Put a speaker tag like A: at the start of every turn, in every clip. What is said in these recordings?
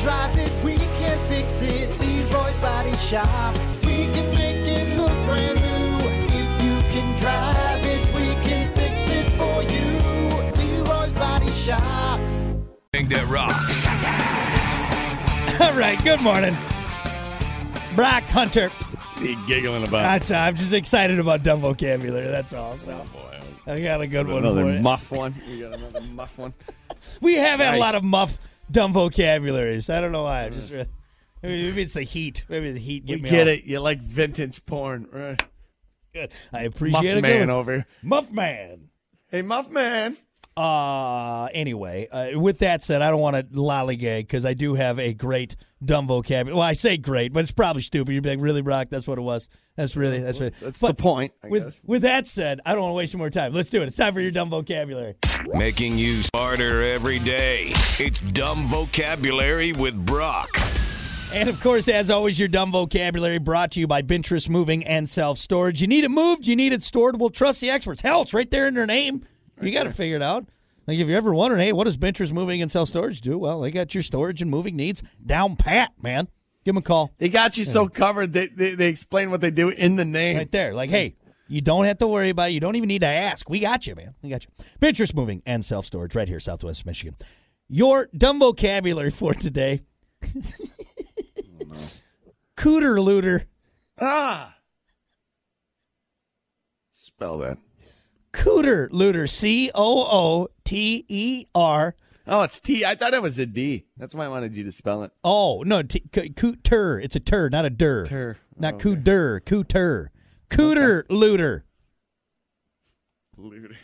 A: drive it, we can fix it. Leroy's Body Shop. We can make it look brand new. If you can drive it, we can fix it for you. Leroy's Body Shop.
B: Thing that rocks.
C: All right, good morning. Brock Hunter.
B: He giggling about
C: I, saw- I'm just excited about Dumbo Cambular. That's all. So
B: Oh, boy.
C: I got a good one for
B: Another
C: you.
B: muff one. You got another muff one.
C: we have had a
B: Yikes.
C: lot of muff dumb vocabularies. I don't know why. I'm just re- maybe, maybe it's the heat. Maybe the heat.
B: You
C: Get me
B: Mm. get
C: all
B: it. You like vintage porn. Right.
C: Good. I appreciate
B: Muff
C: it.
B: man oh. over. here.
C: muff man.
B: Hey, muff man.
C: Uh, anyway, uh, with that said, I don't want to lollygag because I do have a great dumb vocabulary. Well, I say great, but it's probably stupid. You'd be like, really, Brock? That's what it was. That's really, that's really.
B: That's
C: but
B: the point. I
C: With,
B: guess.
C: with that said, I don't want to waste any more time. Let's do it. It's time for your dumb vocabulary.
D: Making you smarter every day. It's Dumb Vocabulary with Brock.
C: And of course, as always, your dumb vocabulary brought to you by Bintress Moving and Self Storage. You need it moved, you need it stored. We'll trust the experts. Hell, it's right there in their name. you got to figure it out. Like if you're ever wondering, hey, what does Bintress Moving and Self Storage do? Well, they got your storage and moving needs down pat, man. Give them a call
B: They got you so covered. They, they they explain what they do in the name.
C: right there. Like, hey, you don't have to worry about it. You don't even need to ask. We got you, man. We got you. Pinterest moving and self storage right here, Southwest Michigan. Your dumb vocabulary for today. Cooter looter.
B: Ah. Spell that.
C: Cooter looter. C O O T E R.
B: Oh, it's T. I thought it was a D. That's why I wanted you to spell it.
C: Oh, no. T- c- cooter. It's a tur, not a dur.
B: Tur. Oh,
C: Not cooter. Cooter. Cooter looter.
B: Looter.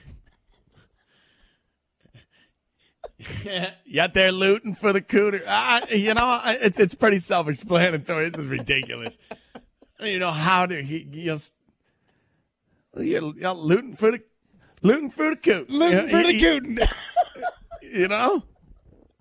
B: you out there looting for the cooter. Ah, you know, I- it's it's pretty self-explanatory. This is ridiculous. I don't even know how to. He, you're, you're, you're looting for the looting for the coot.
C: Looting for the
B: You-
C: cootin.
B: You, you know,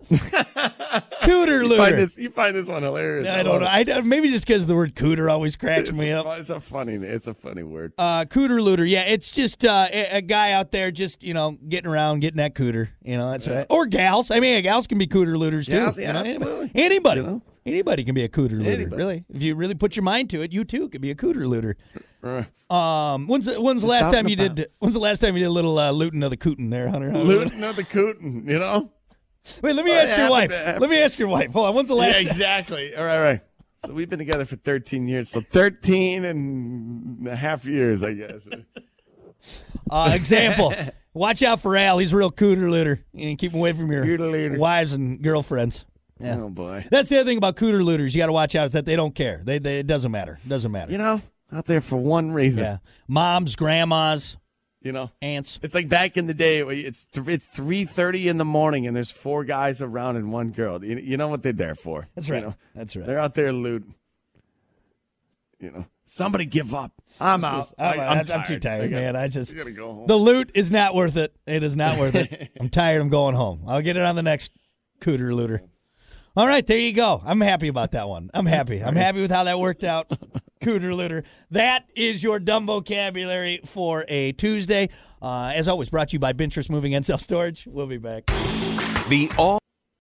C: Cooter
B: find
C: looter.
B: this. You find this one hilarious.
C: I don't
B: love
C: know.
B: it.
C: I, don't- maybe just because the word cooter always cracks
B: It's
C: me
B: a
C: up.
B: fun- It's a funny. It's a funny word.
C: Uh, cooter looter. Yeah, it's just uh, a a guy out there just, you know, getting around, getting that cooter. You know, that's right. Or gals. I mean, gals can be cooter looters too.
B: Gals, yeah,
C: you know, anybody-
B: absolutely.
C: Anybody.
B: You know?
C: Anybody can be a cooter looter.
B: Anybody.
C: Really. If you really put your mind to it, you too could be a cooter looter.
B: Uh,
C: Um, when's the, when's the last
B: out
C: time
B: and
C: you did when's the last time you did a little uh, looting of the cootin there, Hunter?
B: looting of the cootin. You know.
C: Wait, let me
B: Oh,
C: ask
B: yeah,
C: your
B: happened
C: wife.
B: to- happened
C: Let me ask your wife. Hold on. When's the last
B: Yeah, exactly. All right, right. So we've been together for 13 years. So 13 and a half years, I guess.
C: Uh, example. Watch out for Al. He's a real cooter looter. And keep him away from your
B: Cooter looter.
C: wives and girlfriends. Yeah.
B: Oh boy.
C: That's the other thing about cooter looters. You got to watch out is that they don't care. They, they it doesn't matter. It doesn't matter.
B: You know, out there for one reason.
C: yeah. Moms, grandmas,
B: You know,
C: aunts.
B: it's like back in the day. where It's th- it's 3:30 in the morning, and there's four guys around and one girl. You, you know what they're there for?
C: That's
B: You
C: right.
B: know,
C: That's right.
B: they're out there looting. You know, somebody give up. I'm out.
C: Oh,
B: I-
C: I'm, I'm too tired,
B: I gotta-
C: man. I just
B: I gotta go home.
C: the loot is not worth it. It is not worth it. I'm tired. I'm going home. I'll get it on the next cooter looter. All right, there you go. I'm happy about that one. I'm happy. I'm happy with how that worked out. Cooter looter. That is your dumb vocabulary for a Tuesday. Uh, as always, brought to you by Bintress Moving and Self Storage. We'll be back.
D: The all